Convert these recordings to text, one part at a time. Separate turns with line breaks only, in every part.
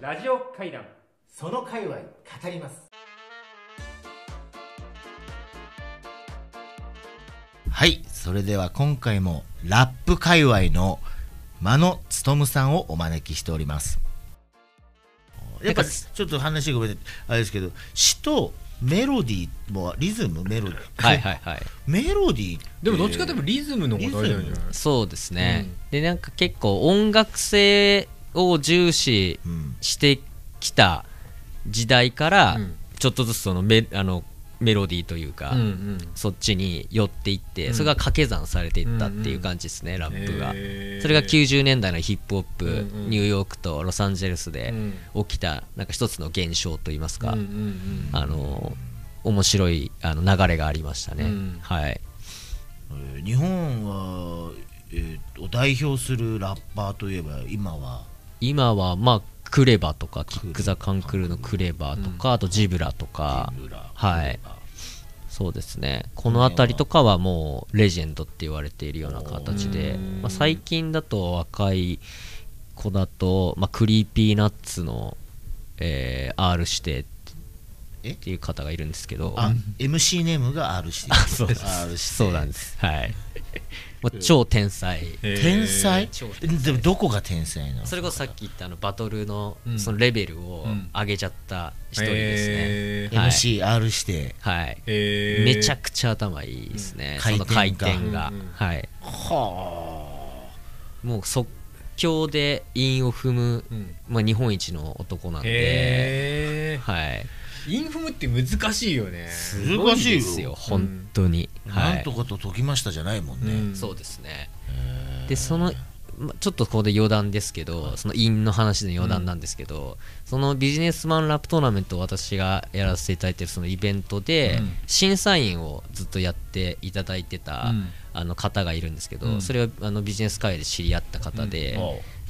ラジオ会談
その界隈語ります
はいそれでは今回もラップ界隈の間野勉さんをお招きしておりますやっぱちょっと話ごめんなさいあれですけど詩とメロディーもリズムメロディー
はいはいはい
メロディーて
でもどっちかというとリズムのことなんじゃない
リズ
そうですね、でなんか結構音楽性を重視
うん
してきた時代から
うん
ちょっとずつそのメあのメロディーというか、
うんうん
そっちに寄っていって、
うん
それが掛け算されていったっていう感じですね、ラップが、
へー
それが90年代のヒップホップ、
うんうん
ニューヨークとロサンゼルスで起きたなんか一つの現象といいますか、
うんうんうん
あの面白いあの流れがありましたね、
うん
はい
えー日本は、えーを代表するラッパーといえば今は
今はまあクレバとかキック・ザ・カンクルーのクレバとか、あとジブラとか
ジブラ
はいそうですねこの辺りとかはもうレジェンドって言われているような形で、まあ、最近だと若い子だと、まあ、クリーピーナッツの、えー R 指定
え
っていう方がいるんですけど
あ MC ネームが R して
そうです
R して
そうなんですはい、まあ、超天才
へー
天才
超天才
でもどこが天才なの
それこそさっき言ったあのバトルの
うん
そのレベルを
うん
上げちゃった一人ですね、
へー
はい
MCR して
はい、
へー
めちゃくちゃ頭いいですね、
うん
その回転が
回
転がうんうん
はい
は
もう即興で韻を踏む、
うん
まあ、日本一の男なんで、
へー
はい、
インフムって難しいよね
すごいですよ
ですよ本当に、
あ
はい
なんとかと解きましたじゃないもんね、
うん
そうですねでそのまちょっとここで余談ですけど、その因の話で余談なんですけど、そのビジネスマンラップトーナメントを私がやらせていただいてるそのイベントで、
うん
審査員をずっとやっていただいてた、
うん
あの方がいるんですけど、
うん
それはあのビジネス界で知り合った方で、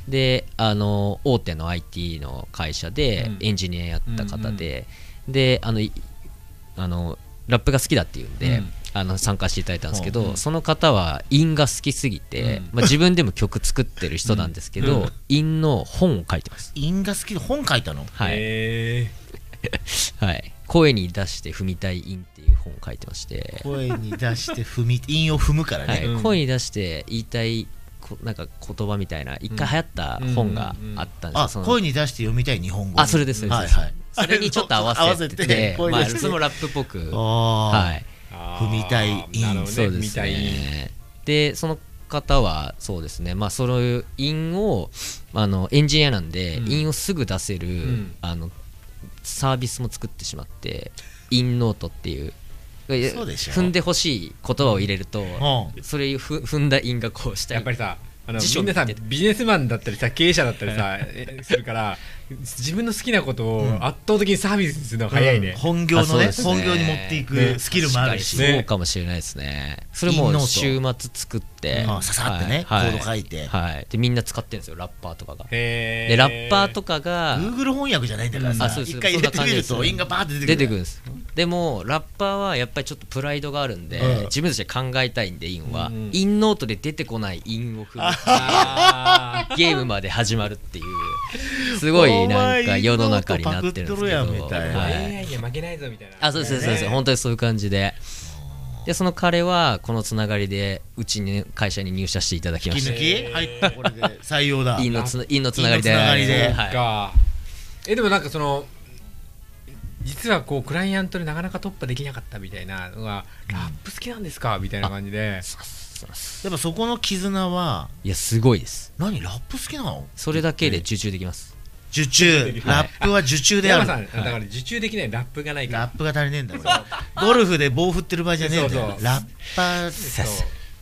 うん
であの大手の IT の会社で
うん
エンジニアやった方で、であのいあのラップが好きだっていうんで、
うん
あの参加していただいたんですけど、
うん
その方は韻が好きすぎて、
うん
まあ、自分でも曲作ってる人なんですけ
う
ど
ん
韻、の本を書いてます
因が好きで本書いたの
はい、
へ
はい、声に出して踏みたい韻っていう本を書いてまして、
声に出して踏み韻を踏むからね、
はい
うん
声に出して言いたいこなんか言葉みたいな一回流行った本があったんですよ
あ
その
声に出して読みたい日本語
あそれですそれです
はいはい
それにちょっと合わせて
合
て
わせて声
まあ、
出して
それもラップっぽく、は
あ
い、
ー
踏みたいイン
なるほどね
そうです
踏みたいイン
ね。で、その方は、そうですね、まあ、そういう韻を、あの、エンジニアなんで、
うん
韻をすぐ出せる、
ん
あの、サービスも作ってしまって、韻ノートっていう。
そうでしょ
踏んでほしい言葉を入れると、
あ
それふ踏んだ韻がこうした
やっぱりさあの
辞書
みんなさ
見て
ビジネスマンだったりさ経営者だった りさえするから自分の好きなことを圧倒的にサービスにするのが早いね、
本業
あそ
の
う
ね
ですね
本業に持ってい
ね
く スキルもあるし、
確かに
確
そ
ね
うかもしれないですねそれ
韻ノ
も
ート
週末作って、
あささってねコード書いて
はい、でみんな使ってるんですよラッパーとかが
へー
でラッパーとかが
Google 翻訳じゃないんだから
うんあそ
さ
うです
一回入れてみる
そん
と
な感じです
因がバーって
出
出
て
て
く
く
るん
る
ですでもラッパーはやっぱりちょっとプライドがあるんで、
うん
自分たちで考えたいんで韻は、
うん
韻ノートで出てこない韻を踏む
あ
ゲームまで始まるっていうすごいなんか世の中になってるんですけど
お前韻ノートパクっとるやんみたい
ー
な
はい
AI には負けないぞみたいな
あそうですそうですそうです、
ね
本当にそういう感じででその彼はこのつながりでうちに会社に入社していただきま
引き
し
抜
て
き入ったこれで採用 だ
韻のつな韻のつながりで
韻のつながりで
そっ
はい、
かえでもなんかその実はこうクライアントでなかなか突破できなかったみたいなのが、ラップ好きなんですかみたいな感じで
やっぱそこの絆はい
やすごいです
何ラップ好きなの
それだけで受注できます、
受注ラップは受注であ
山
る
さん、だから受注できないラップがないから
ラップが足りねえんだ俺ゴルフで棒振ってる場合じゃねえんだよ
そうそう
ラッパー
そう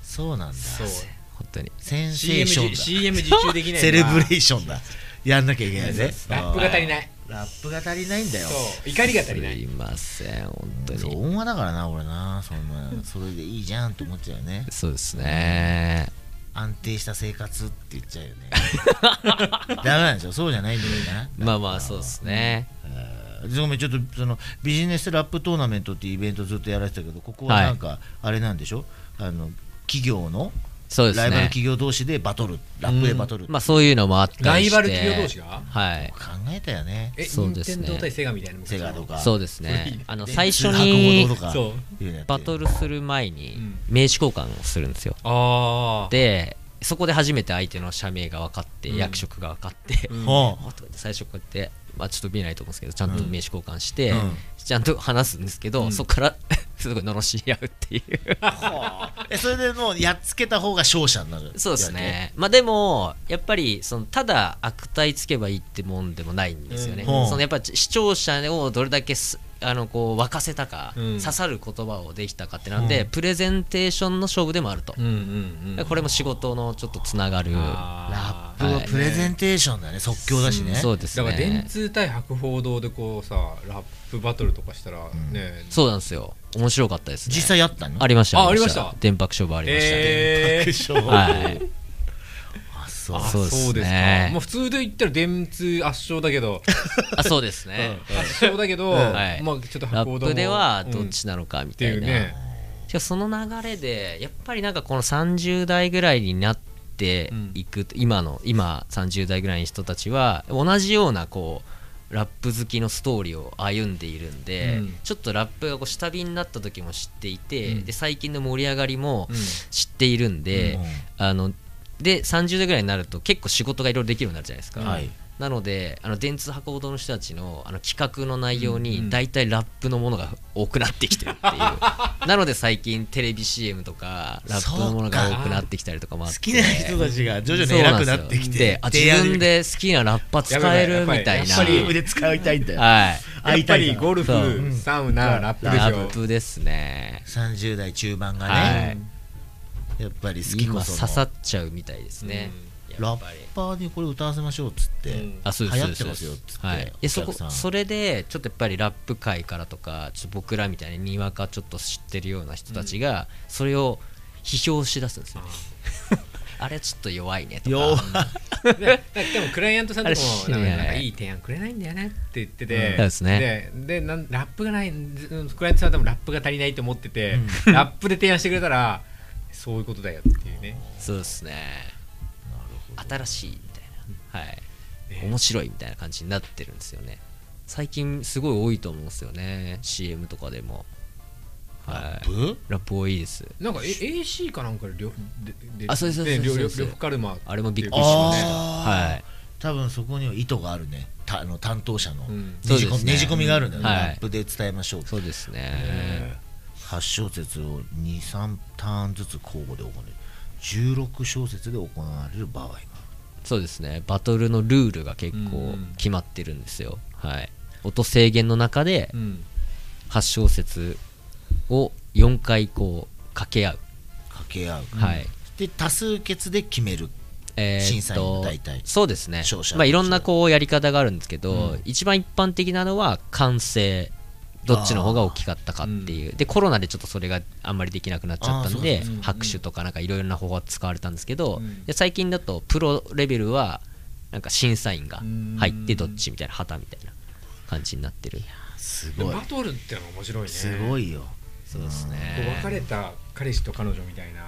そうなんだ
そう
本当に
センセー
CM,
ション
じ
だ
CM 受注できない
セレブレ
イ
ーションだやんなきゃいけないね
ラップが足りない
ラップが足りないんだよ
そう怒りが足
す
りない
いません本当
そう
に
音話だからな俺なそんなそれでいいじゃんと思っちゃうよね
そうですね
安定した生活って言っちゃうよね ダメなんですよそうじゃないんだよな
まあまあそうですね
えーごめんちょっとそのビジネスラップトーナメントっていうイベントずっとやられてたけどここはなんかあれなんでしょ、あの企業の
そうですね
ライバル企業同士でバトルラップでバトル、
まあそういうのもあった
ラ
りし
イ
て
バル企業同士が
はい
考えたよね
え、
そう
任
ですね
天堂対セガみたいな
セガとか
そうですねあの最
白
初に
黒とか
そう
いうのやって
バトルする前に
うん
名刺交換をするんですよ
ああ
でそこで初めて相手の社名が分かって、
うん
役職が分かって、
うん
ほ
あとか言って最初こうやって、まあ、ちょっと見えないと思うんですけどちゃんと名刺交換して、
うん
ちゃんと話すんですけど、
うん
そこから すごい罵り合うっていう
うほ うえそれでもうやっつけた方が勝者になる
そうですねまあでもやっぱりそのただ悪態つけばいいってもんでもないんですよね、
うん
そのやっぱ視聴者をどれだけすあのこう沸かせたか、
うん
刺さる言葉をできたかってなんで、プレゼンテーションの勝負でもあると、
うんうんうん
これも仕事のちょっとつながる
あー
ラップは
はい
プレゼンテーションだね、即興だしね、
そうです
だ
ね
から電通対白報堂でこうさラップバトルとかしたらね
そうなんですよ。面白かったですね。
実際やったの
ありました。
あありました
電白勝負ありましたね。
えー
勝負
はい。
あそう
あ
そうですね
そうですかもう普通で言ったら電通圧勝だけど
あ、そうです ね。
圧勝だけど
はい
まあちょっと
ラ
白報
ッ
堂も
プでは
うん
どっちなのかみ
って
た
い
いうな。
ね
しかもその流れでやっぱりなんかこの30代ぐらいになっていく、今の今30代ぐらいの人たちは同じようなこうラップ好きのストーリーを歩んでいるんで、
うん
ちょっとラップがこう下火になった時も知っていて、
うん
で最近の盛り上がりも
うん
知っているんで、
うん
あので30代ぐらいになると結構仕事がいろいろできるようになるじゃないですか、
はい
なのであの電通博報堂の人たちのあの企画の内容に大体ラップのものが多くなってきてるっていう、 なので最近テレビ CM とかラップのものが多くなってきたりとかもあっ
好
て
きな人たちが徐々に
そう
偉
なん
く
ですよ
なってきて
であ自分で好きなラッパ使えるみたいな
やっぱり
CM で使いたいんだよ
はい
やっぱり
ゴ
ゴル
そう
フサウナラップで
ラ
し
ッ
ょ
プですね
30代中盤がね、
はい
やっぱり好き
今
こ
刺
その
さっちゃうみたいですね、や
ラッ
っぱり
パーにこれ歌わせましょうっつって、
うん
あそうです
流行ってますよ
そうで
つって
はい
お
でそこ
客さん
それでちょっとやっぱりラップ界からとかちょっと僕らみたいににわかちょっと知ってるような人たちがそれを批評しだすんですよね あれちょっと弱いねと
弱い
か
ででもクライアントさんとかも
あれ
なんか
ね
いい提案くれないんだよねって言って
うん
て
そうですね
ででなんラップがないずクライアントさん多分ラップが足りないと思っててラップで提案してくれたらそういうことだよっていうね
そうですね新しいみたいなはい
ね
面白いみたいな感じになってるんですよね最近すごい多いと思うんですよね CM とかでもは
ラ
い
ップ
ラップ多いです
なんかえ AC かなんかで両でで
あそうです
で
そうですそう
両
です
両両カルマ
あれもびっくりしました
あー
はい
多分そこには意図があるねたあの担当者の
うん
ねじ
そうで
込み,、
すね
ねじ込みがあるんだよね、
はい
ラップで伝えましょう
そうですね、
8小節を23ターンずつ交互で行う16小節で行われる場合もある
そうですねバトルのルールが結
うんう
構
ん
決まってるんですよ、はい音制限の中で
うん
8小節を4回こう掛け合う、
掛け合う、
はい
で多数決で決める
えーっと
審査員の大体
そうですね
勝者、
まあ、いろんなこうやり方があるんですけど、一番一般的なのは完成どっちの方が大きかったかっていう、でコロナでちょっとそれがあんまりできなくなっちゃったん
あ
で
ーそう
なんだ
拍手とかなんかいろいろな方法が使われたんですけど、
うん
で最近だとプロレベルはなんか審査員が入ってどっちみたいな旗みたいな感じになってる
す
で
ごい
バトルってのが面白いね
すごいよ
そうです
こう別
ね
れた彼氏と彼女みたいな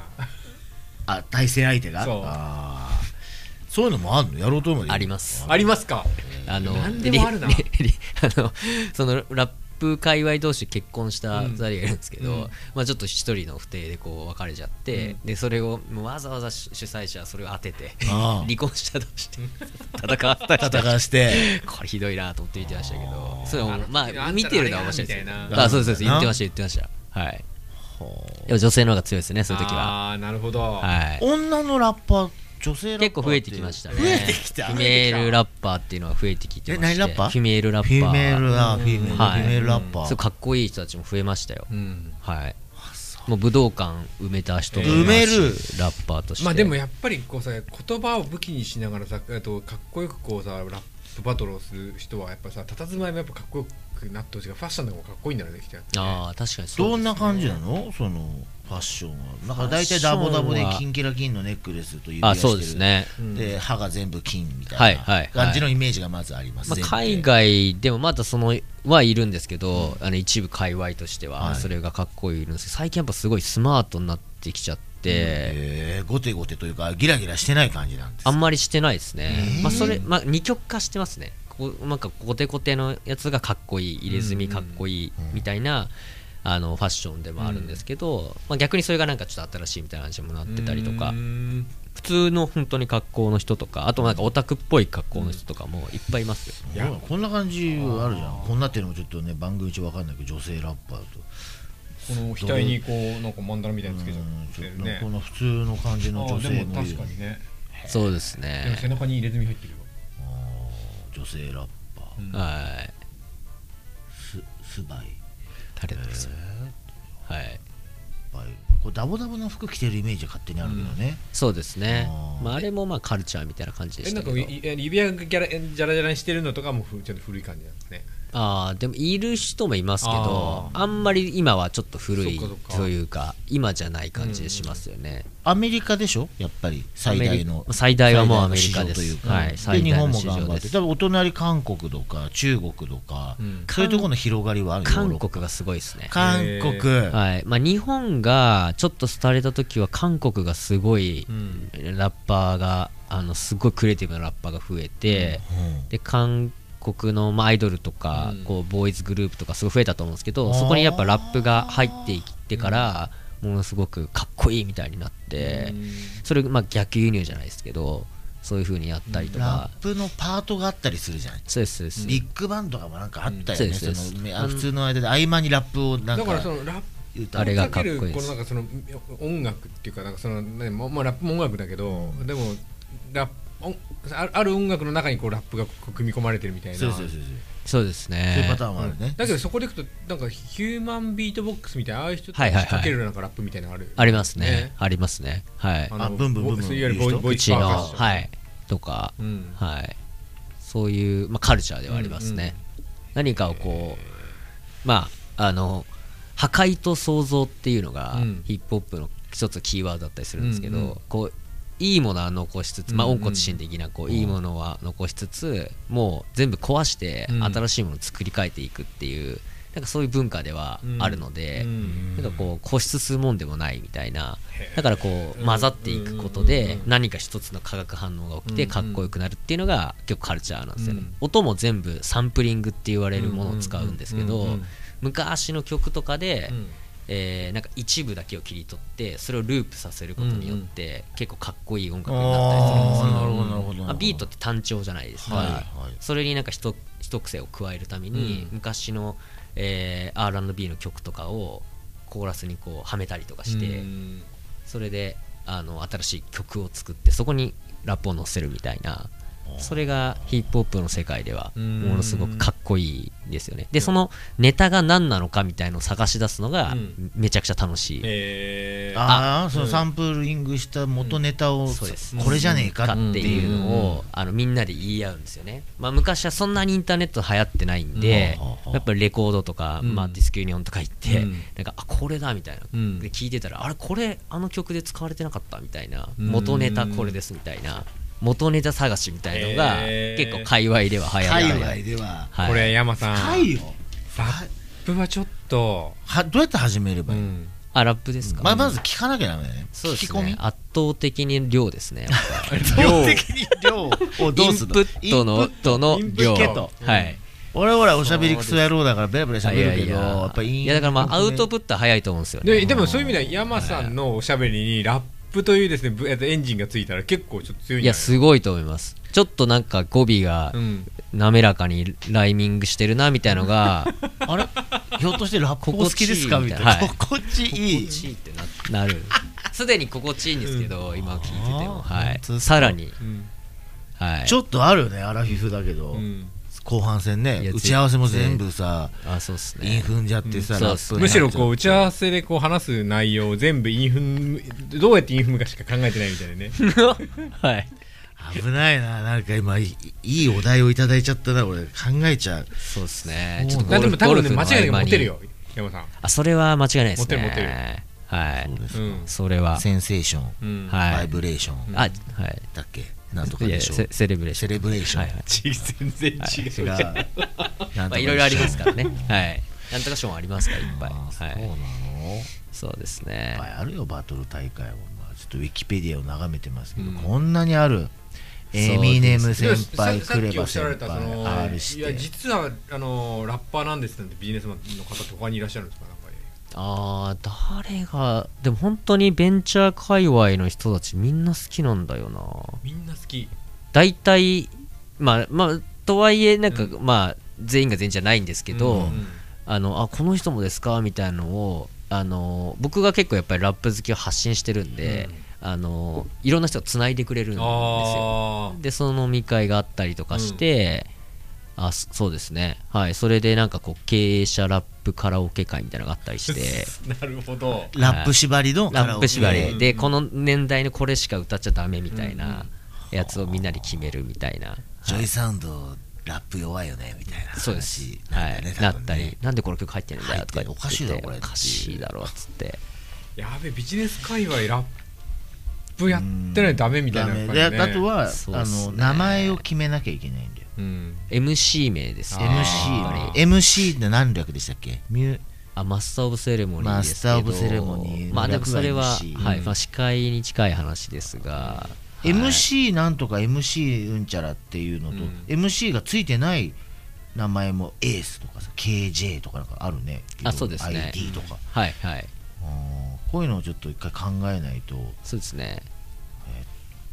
あ対戦相手が
そう
あーそういうのもあるのやろうと思うよ
あります
ありますか
あの
何でもあるな
リリ リあのそのラップ界隈同士結婚した2人がいるんですけど、
うん
まあ、ちょっと一人の不定でこう別れちゃって、でそれをもうわざわざ主主催者はそれを当てて
あー
離婚したとして戦わせたりして
戦わして
これひどいなと思って見てましたけど
あー
それ
あ
も
の
ま
あんた
あ
ら
見てるのは面白いです
み
ね
たいな
あそうですそうです
な
言ってました言ってました はい
ほう
でも女性の方が強いですねそういう時は
ああーなるほど
はい
女のラッパー女性ラッパーって
結構増えてきましたね
増えてきた
フィメールラッパーっていうのは増えてきて
え
まし
何ラ
て
ッパー
フィメールラッパー
フィメールラフィメールフ
はい
ィメールラッパ
そう
ー
かっこいい人たちも増えましたよ、
うん
はいもう武道館埋めた人も
埋
める
いますしラッパーとして
まあでもやっぱりこうさ言葉を武器にしながらさあとかっこよくこうさラップバトルをする人はやっぱさ佇まいもやっぱかっこよくなってほしいからファッションでもかっこいいんだろうねきっとやっぱね
ああ確かにそう
どんな感じなのそのファッションはだから大体ダボダボでキンキラキンのネックレスと指輪
あ
してる
そうですね、
で歯が全部金み
は
た
い
い
はいは
ない感じのイメージがまずあります
まあ、
全部
海外でもまだそのはいるんですけど、あの一部界隈として
は
はいそれがかっこいいんですけど、最近やっぱすごいスマートになってきちゃっって、
えー、ごてごてというかギラギラしてない感じなんです
あんまりしてないですね
へ、ー
まあ、それ、まあ、二極化してますねこうなんかコテコテのやつがかっこいい入れ墨かっこいいみたいな、あのファッションでもあるんですけど、まあ、逆にそれがなんかちょっと新しいみたいな話にもなってたりとか、
うん
普通の本当に格好の人とかあとなんかオタクっぽい格好の人とかもいっぱいいますよ、
いやこんな感じあるじゃんこんなっていうのもちょっとね番組中わかんないけど女性ラッパーと
この額にこうなんかマンダラみたいなのつけちゃって
う
る
んちょっと
ね
この普通の感じの
あ
女
ーで
性
も
の
確かにね
そうです
でも背
ね
中に入れ墨入ってるよ
あー女性ラッパー
うん
はい
すスバイ
誰なんですよはい
バイこれダボダボの服着てるイメージが勝手にあるけどね、
そうですね
あー
まあ、あれもまあカルチャーみたいな感じで
え
し
な
た
ん
け
か
ど
いい指輪がギャラジャラジャラにしてるのとかもふちょっと古い感じなんですね
あーでもいる人もいますけど
あ
あんまり今はちょっと古い
そっかそっか
というか今じゃない感じしますよね、
アメリカでしょやっぱり最大の
アメリ最大はもうアメリカ
最大の市場
です
というか、
はい最
日
大
本
の
も
市場
頑張っ
で
て
す
多分お隣韓国とか中国とか、
うん
そういうところの広がりはあるよ
韓
ヨーロッ
国がすごいですね
パ韓国、
はいまあ、日本がちょっと廃れた時は韓国がすごい
うん
ラッパーがあのすごいクリエイティブなラッパーが増えて、
うん
で韓国のまあアイドルとか、
うん
こうボーイズグループとかすごい増えたと思うんですけど
あー
そこにやっぱラップが入っていってから、ものすごくかっこいいみたいになって、それまあ逆輸入じゃないですけどそういう風にやったりと
ラ
か、
ップのパートがあったりするじゃない
そうですそうです、
ビッグバンドがなんかあったよ
そう
ね、
ですそうです
そのあ普通の間で合間にラップをなん
だから
か
そのラップ
言うた
あれがかっこいい
追
です
かけるこのなんかその音楽っていうかなんかその、ねままあ、ラップも音楽だけど、でもラップ音あある音楽の中にこうラップがこう組み込まれてるみたいな
そうそうそうそう、
そうです
そういう
ね
パターンもあるね、
だけどそこでいくとなんかヒューマンビートボックスみたいなああいう人たち
はいはいはい
かけるなんかラップみたいなのある、
ありますね
ね
ありますねはい
の
あブンブンブンブン
そういわゆるボイボ
う
イス
ち
パ
の
ーカッション
はいとか、
うん
はい、そういう、まあ、カルチャーではありますね、何かをこうまああの破壊と創造っていうのが、
うん
ヒップホップの一つキーワードだったりするんですけど、
うんうん
こういいものは残しつつ、まあ、
うんうん
温故知新的なこういいものは残しつつもう全部壊して
うん
新しいものを作り変えていくっていう、なんかそういう文化ではあるので、
うん
なんかこう固執するもんでもないみたいな
へー
だからこう
うん
混ざっていくこと
うんう
で
んうん
何か一つの化学反応が起き
う
て
んうん
かっこよくなるっていうのが結構カルチャーなんですよね、
うん
音も全部サンプリングって言われるものを使うんですけ
うん
ど
うんうん
昔の曲とかで、
うん
えーなんか一部だけを切り取ってそれをループさせることによって結構かっこいい音楽になったりするんです
あー
よ
なるほどなるほど
まあ、ビートって単調じゃないですか、
はいはい
それになんか一一癖を加えるために、
うん
昔の、えー R&B の曲とかをコーラスにこうはめたりとかして、
うん
それであの新しい曲を作ってそこにラップを載せるみたいなそれがヒップホップの世界では
うん
ものすごくかっこいいですよねでそのネタが何なのかみたいのを探し出すのが
うん
めちゃくちゃ楽しい、
えー
ああその
うん
サンプリングした元ネタを、
そうです
これじゃねえか
か
っ
ってて
い
いうう
の
の
を、
をあのみんなで言い合うんですよね、まあ、昔はそんなにインターネット流行ってないんで
うんはあはあ
やっぱりレコードとか、
うん
まあ、ディスクユニオンとか行って、
うん
なんかあこれだみたいな、
うん
で聞いてたらあれこれあの曲で使われてなかったみたいな
うん
元ネタこれですみたいな元ネタ探しみたいのが
へー
結構界隈では流行
海
って
外では
はい
これ山さん
深
ラ
い
ッ
よ
プはちょっと、
はどうやって始めれば
う
いい、
ん、
あラップですか、
まあ、まず聞かなきゃダメだよね
そうです
聞き込み
ね圧倒的に量ですねやっぱ
量的に量 をどうするの
インプットのとの
インプ
量
ット
はい、
俺ほらおしゃべりクソ野郎だからベラベラしゃべるけど
いや
やっぱイン
いやだからまあアウトプットは早いと思うんですよね
ででもそういう意味では山さんのおしゃべりにラップというですねぶえっとエンジンがついたら結構ちょっと強
い
いんじゃ
や
ない
すごいと思いますちょっとなんか語尾が
うん
滑らかにライミングしてるなみたいの が
あれひょっとしてラップお好きですか
心
み
地いいみ
た
た
い
い
な
な
心地いい
心地いいってななるすでに心地いいんですけど、今聞いててもは
本
い
当ですか
さらに
うん
はい
ちょっとあるよねアラフィフだけど
うん
後半戦
い
ね
や
打ち合わせも全部さ
あそうっす
イン
ね
踏んじゃってさ
うん
ラップにな
む
っ
し
ちゃ
ろ
て
こう打ち合わせでこう話す内容を全部インフムどうやってインフムかしか考えてないみたいなね
はい
危ないななんか今いいいいお題をいただいちゃったな俺考えちゃう
そうっすねち
そ
ょ
う
っ
な
と
ん
ゴル
でも
フ
多
ゴル
分ね
フの
間違いなく
合間
モ
に
テるよ山さん
あそれは間違いないですね
モテるモテる
はい
そうです
うん
それは
センセーション
うん
バ
は
イ
い
ブレーション
あはい
だっけなんとか
い
で
や
しょ
セセレブレーシ
セ
ョン
レブレーション
はいはい
ち全然違う、
違うなんとかでしょ
まあ、いろいろありますからね。はい。なんとか賞ありますから、いっぱい。
あーそう
は。
ないの
そうですね
っぱいあるよバトル大会も、まあ、ちょっとウィキペディアを眺めてますけど、
うん
こんなにあるエミネム先輩
でささ
ク
っ
レ
きお
バ
っしゃ
先
られたその
輩 R し
いや
て
実はあのラッパーなんですなんてビジネスマンの方って他にいらっしゃるんですかなんか
ああ誰がでも本当にベンチャー界隈の人たちみんな好きなんだよな
みんな好き
大体まあまあとはいえなんか、
う
まあ全員が全員じゃないんですけど、
うん
あのあこの人もですかみたいなのをあの僕が結構やっぱりラップ好きを発信してるんで、あのいろんな人がつないでくれるんですよ
あ
でその飲み会があったりとかして、あそそうですねはいそれでなんかこう経営者ラップカラオケ会みたいなのがあったりして
あなるほど
ラップ縛りのカ
ラ
ラ
ッ
オケ
プ縛り
う
で
ん
この年代のこれしか歌っちゃダメみたいなやつをみんなで決めるみたいな、
ジョイサウンドラップ弱いよねみたいな
そうです
話。
は
なんだね多分ね
い。なったり、なんでこの曲入ってるんだよとか言ってて
入ってるおかしいだろこれ
おかしいだろっつって。
やべビジネス界隈ラップやってないとダメみたいな
ダメ
やっぱ
で
りね
あとは、
そう
あ
っすね
の名前を決めなきゃいけないんだよ
うん
MC 名ですね。
あ
MC ね
ー
MC って何略でしたっけミュ
あマスター・オブ・セレモニーですけど
マスターオブセレモニーの
まあでもそれは、
略は MC
はい
うん
まあ、司会に近い話ですが、はい
MC なんとか MC うんちゃらっていうのと、
うん
MC がついてない名前もエースとかさ KJ とかなんかあるね
あそうですね
IT とか、
はいはい
あーこういうのをちょっと一回考えないと
そうですね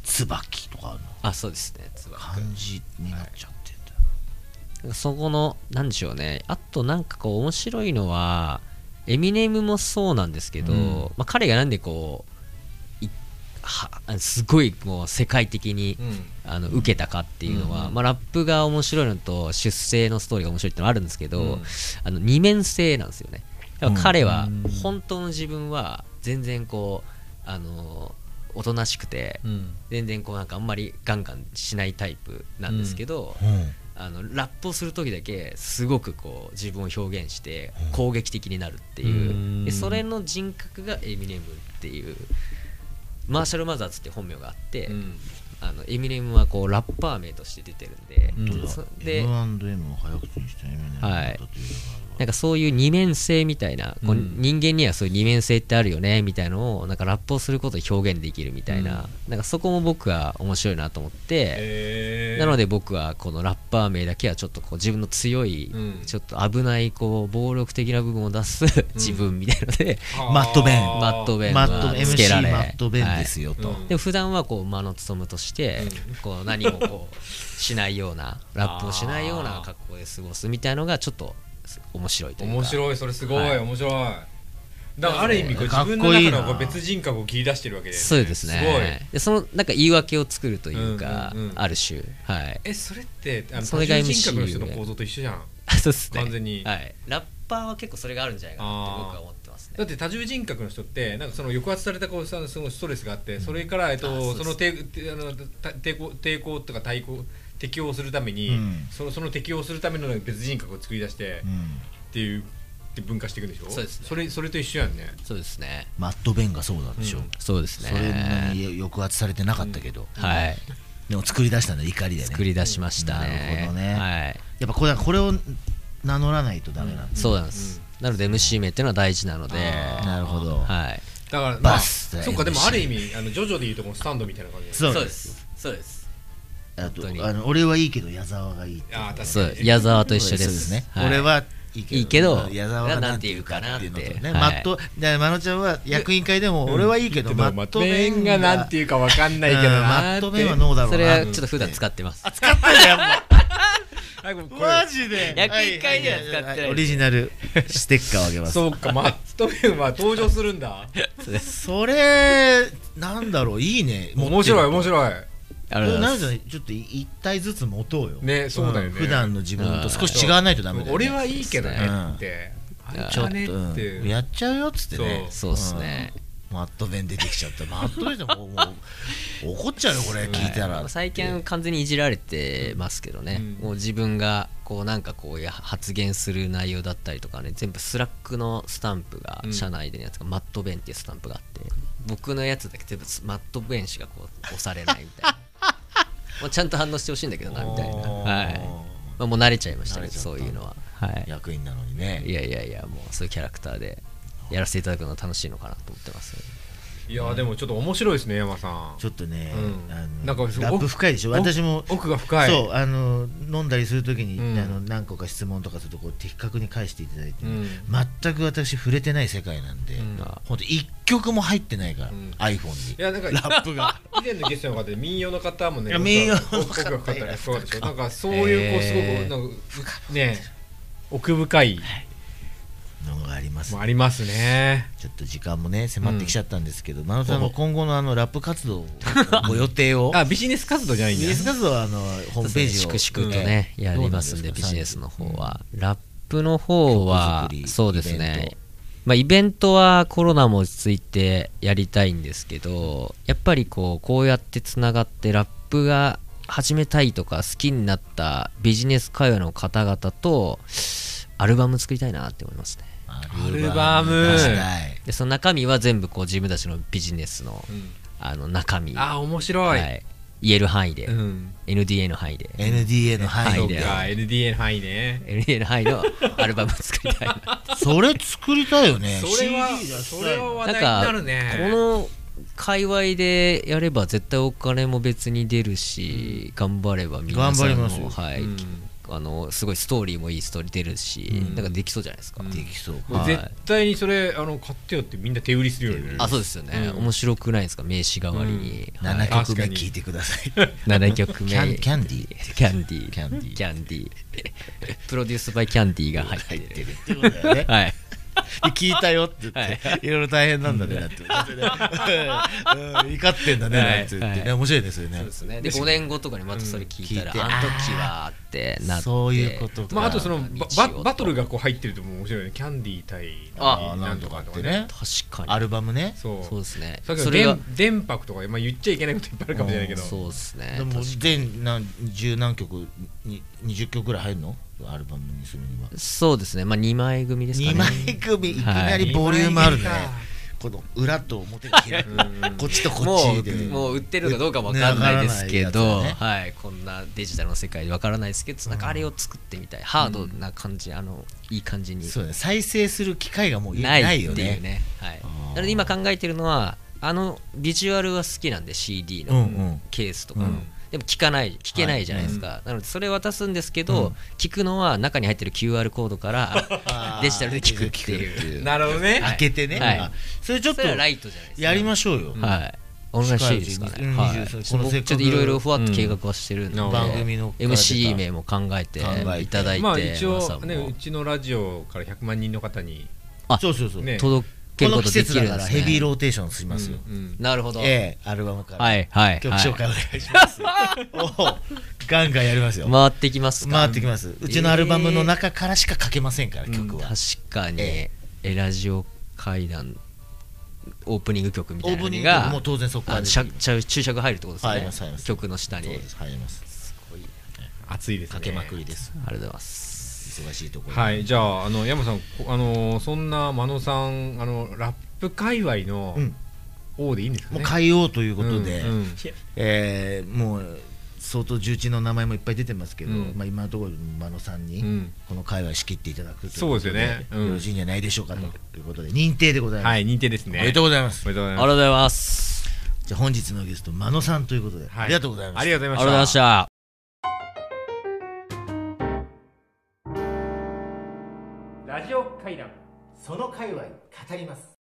椿とかの
あそうですねつば
漢字になっちゃってんだよ、
そこのなんでしょうねあとなんかこう面白いのはエミネムもそうなんですけど、
うん
まあ、彼がなんでこういはあすごいもう世界的に、
うん
あの受けたかっていうのは、
うん
まあ、ラップが面白いのと出生のストーリーが面白いってのはあるんですけど、
うん
あの二面性なんですよねだから彼は本当の自分は全然こうあのおとなしくて
うん
全然こうなんかあんまりガンガンしないタイプなんですけど、
うん
あのラップをする時だけすごくこう自分を表現して攻撃的になるっていう、
うん
でそれの人格がエミネムっていうマーシャル・マザーズって本名があって、
うん
あのエミネムはこうラッパー名として出てるんで、
うん
そで
M&M を早口にした M&M だったというのがあるわ
なんかそういう二面性みたいな、こう
うん
人間にはそういう二面性ってあるよねみたいのをなんかラップをすることで表現できるみたいな,、なんかそこも僕は面白いなと思って、
えー
なので僕はこのラッパー名だけはちょっとこう自分の強い、
うん
ちょっと危ないこう暴力的な部分を出す自分みたいので、
あー
マットベン
マットベン
マ
は
ット
つけら
MC
れ
マットベンですよと、
はいうん
でも普段はこう間の務むとして、
う
こう何もこうしないようなラップをしないような格好で過ごすみたいのがちょっとす面白いというか
面
い
白いそれすごい、
はい
面白いだからある意味こう
か
自
っこい
分
い
の中のこう
な
別人格を切り出してるわけで、
そうです
すごい
ねでそのなんか言い訳を作るというか、
うんうんうん
ある種はい
えそれってあの
そ
多
れが
重人格の
MC
人の構造と一緒じゃん
あそうですね
完全に
はい、ラッパーは結構それがあるんじゃないかなって僕は思ってます
だっ
ね
て多重人格の人ってなんかその抑圧されたこうさそのストレスがあってそれから、えっ
あ
と、
そうで
そ
す
の抵てあのた抵抗抵抗とか対抗適応するために、
うん
そのその適応するための別人格を作り出して、
う
っ
ん
ていうって分化していくんでしょ
そうですね
それそれと一緒やんね
そうですね
マットベンがそうなんでしょ、
うん
そうですね
それなりに抑圧されてなかったけど、
はい
でも作り出したんだ怒りでね
作り出しましたね、
なるほどね
はい
やっぱこれこれを名乗らないとダメなんです、
そうなんです、なので MC 名っていうのは大事なので
なるほど、
はい
だからまあ
バスだ
そっか
MC
でもある意味あのジョジョでいうとこのスタンドみたいな感じ
そう
そうで
です
すそうです
あ
本当に
とあの俺はいいけど矢沢がいいって
あー
そう
確かに
矢沢と一緒です
そうですね、
はい
俺はいいけど
いいけど
矢沢がなんて言うかなっていうのと
な
ね、
んて
マッ
言うかな
トでまのちゃんは役員会でも俺はいいけど、
マ
マ
ッ
ッ
ト
ト
ベ
ベ
ン
ン
が
が
なんていうかわかんないけど
うんマ
な
ッ
ーって
トベンはノーだろうな
それはちょっと普段使ってます。
使ってんだよもう
あこれ
マジ で
役員会では使ってない
はははオリジナルステッカーをあげます
そうかマットベンは登場するんだ
それなんだろういいね
面白い面
い
白い
ありがとうござい
な
ま
ん
す
かちょっと一体ずつ持とうよ
ねそうだよね
ん普段の自分と少し違わないとダメだよね
俺はいいけどねって、
うん
あん
ちょっ
た
と、
ね
う、
っていうん
やっちゃうよっつってね
そうっすね
うんマット弁出てきちゃったマット弁ってもうもう怒っちゃうよこれ聞いたら
最近完全にいじられてますけどね、
うん
もう自分がこうなんかこうや発言する内容だったりとかね全部スラックのスタンプが
うん
社内でのやつがマットベンっていうスタンプがあって僕のやつだけ全部マットベンしかこう押されないみ たいなもうちゃんと反応してほしいんだけどなみたいな、はいまあ、もう慣れちゃいました
慣れ
けど
ちゃった
そういうのは、はい、
役員なのにね
いやいやいやもうそういうキャラクターでやらせていただくのは楽しいのかなと思ってます
いやーでもちょっと面白いですね山さん
ちょっとね、
うん
あの
なんかすごい
ラップ深いでしょ
奥
私も
奥が深い
そうあの飲んだりするときに、
うん
あの何個か質問とかするとこう的確に返していただいて、
うん
全く私触れてない世界なんで、
うん
ほんと一曲も入ってないから、
うん
iPhone に
いやなんか
ラップが
以前のゲストの方で民謡の方も
い
ね
や民謡の方
奥が深かったりそうでしょなんかそう
え
い
ー
うこうすごくなんかね奥深い
のがあります
もありますね
ちょっと時間もね迫ってきちゃったんですけど、真野さんの今後のあのラップ活動ご予定を
あビジネス活動じゃないん
ビジ
だ
ネス活動はあのホームページを
粛々とね、
ええ
やりますんで
どう
ビ
な
ジ
で
ネ
す
ス
か
の方は、ラップの方は
曲作り
そうです
イベン
ね
ト
まあ、イベントはコロナも落ち着いてやりたいんですけどやっぱりこうこうやってつながってラップが始めたいとか好きになったビジネス会話の方々とアルバム作りたいなって思いますね
ア
アルバム
出したい
でその中身は全部こう自分たちのビジネスの
うん
あの中身
あー面白
はいい言える範囲で、
うん
NDA の範囲で
NDA の範
そ
囲
うか
で、
NDA 範囲ね
NDA の範囲のアルバム作りたいな
それ作りたいよね
それは
CD 出したい
それは話
なん
題に
か
なるね
この界隈でやれば絶対お金も別に出るし、頑張れば皆さんの
頑張りますよ
はい
うん
あのすごいストーリーもいいストーリー出るし、
うん
なんかできそうじゃないですか、
うん
できそう
もう
はい
絶対にそれあの買ってよってみんな手売りするよね
あそうですよね、
うん
面白くないですか名刺代わりに、
う
はい
7曲目聞いてください
7曲目
キャンキャンディー
キャンディー
キャンディー
キャンディープロデュース バイキャンディーが入って
入
る
ってるってことだよね
はい
で聞いたよって言って、い、ろいろ大変なんだねなんて言ってねうん怒ってんだねなんて言って
はい
ね面白いですよね
そうですねで5年後とかにまたそれ聞いたら、
うん聞いて
あの時はってなって
そういうことか
まああとその
うん
バ
一応
バ
と
バトルがこう入ってるともう面白いよねキャンディー対
あー
な
なんん
と
とか
か
っ
とか
て
ね
ね
確か
ア
に
ルバムね
そう
そうですね
さっき
そ
の
れが
電電波とか、まあ、言っちゃいけないこといっぱいあるかもしれないけど
そうですね
でも
確か
全何十何曲に20曲ぐらい入るのアルバムにするには
にそうですねまあ2枚組ですか
2
ね
枚組いきな
はい
りボリュームあるね、
はい
この裏と表が開くこっちとこっち
も
で
うもう売ってるかどうかも分かんないですけ
ね
ど、
わからないやつだね
はい、こんなデジタルの世界で分からないですけどなんかあれを作ってみたい、ハードな感じあのいい感じに
そうね再生する機会がもう
ない
ない
っ
よ
ていうね
ね
はい
あー、
なので今考えてるのはあのビジュアルは好きなんで CD
うんう
の
ん
ケースとか、
うん
でも聞かない聞けないじゃないですか、なのでそれ渡すんですけど、
うん
聞くのは中に入ってる QR コードから
あー
デジタルで聞くっていう
なるほどね、
開けてね、
はい
あそれちょっ
そ
と
れはライトじゃないですか
やりましょうよ、
はいオンライン CD ですか
近いう
ね、
ち
はい、
20
ちょ
このせっ
っ
かく
といろいろふわっと計画はしてるんで、
うん
番組の
MC 名も考えて
考えて
いただいて
まあ一応ね
皆さんも
うちのラジオから100万人の方に
あ
そうそうそう、
ね
届け
こ
る
の
こ
季
とで
節
きるん
だ
です、
か
ね、
らヘビーローテーションしますよ、
うんうん
なるほど、
ええアルバムから、
はいはい
曲
はい
紹介お願いします、おガンガンやりますよ、
回ってきますか
回ってきますうちのアルバムの中からしか書けませんから、
えー
曲は、
確かに、
え
えラジオ会談オープニング曲みたいな
オープニ
の
ング曲
が
も当然そこから
あ
出て
し
く
ゃ
る
ちゃ注釈入るってことですね、
入ります入ります
曲の下に
そうです入ります
熱いですね
かけまくりです
ありがとうございます
忙しいところで、
はいじゃああの山さんこあのそんな真野さんあのラップ界隈の
うん
王でいいんですか
も
ね
う変えようということで、
うんうん
えーもう相当重鎮の名前もいっぱい出てますけど、
うん
まあ、今のところ真野さんに、
うん
この会話仕切っていただくといこと
そうですよねうん
よろしいんじゃないでしょうかということで認定でございます、
はい認定ですね
おめでとうございます
おめでとうご
あ
ざ
り
い
が
ます
とうございます
じゃあ本日のゲスト真野さんということで、
はい
ありがとうございます
ありがとう
あ
ご
りが
ざ
とうご
い
ざい
ま
ましたた
し
ラジオ会談その界隈語ります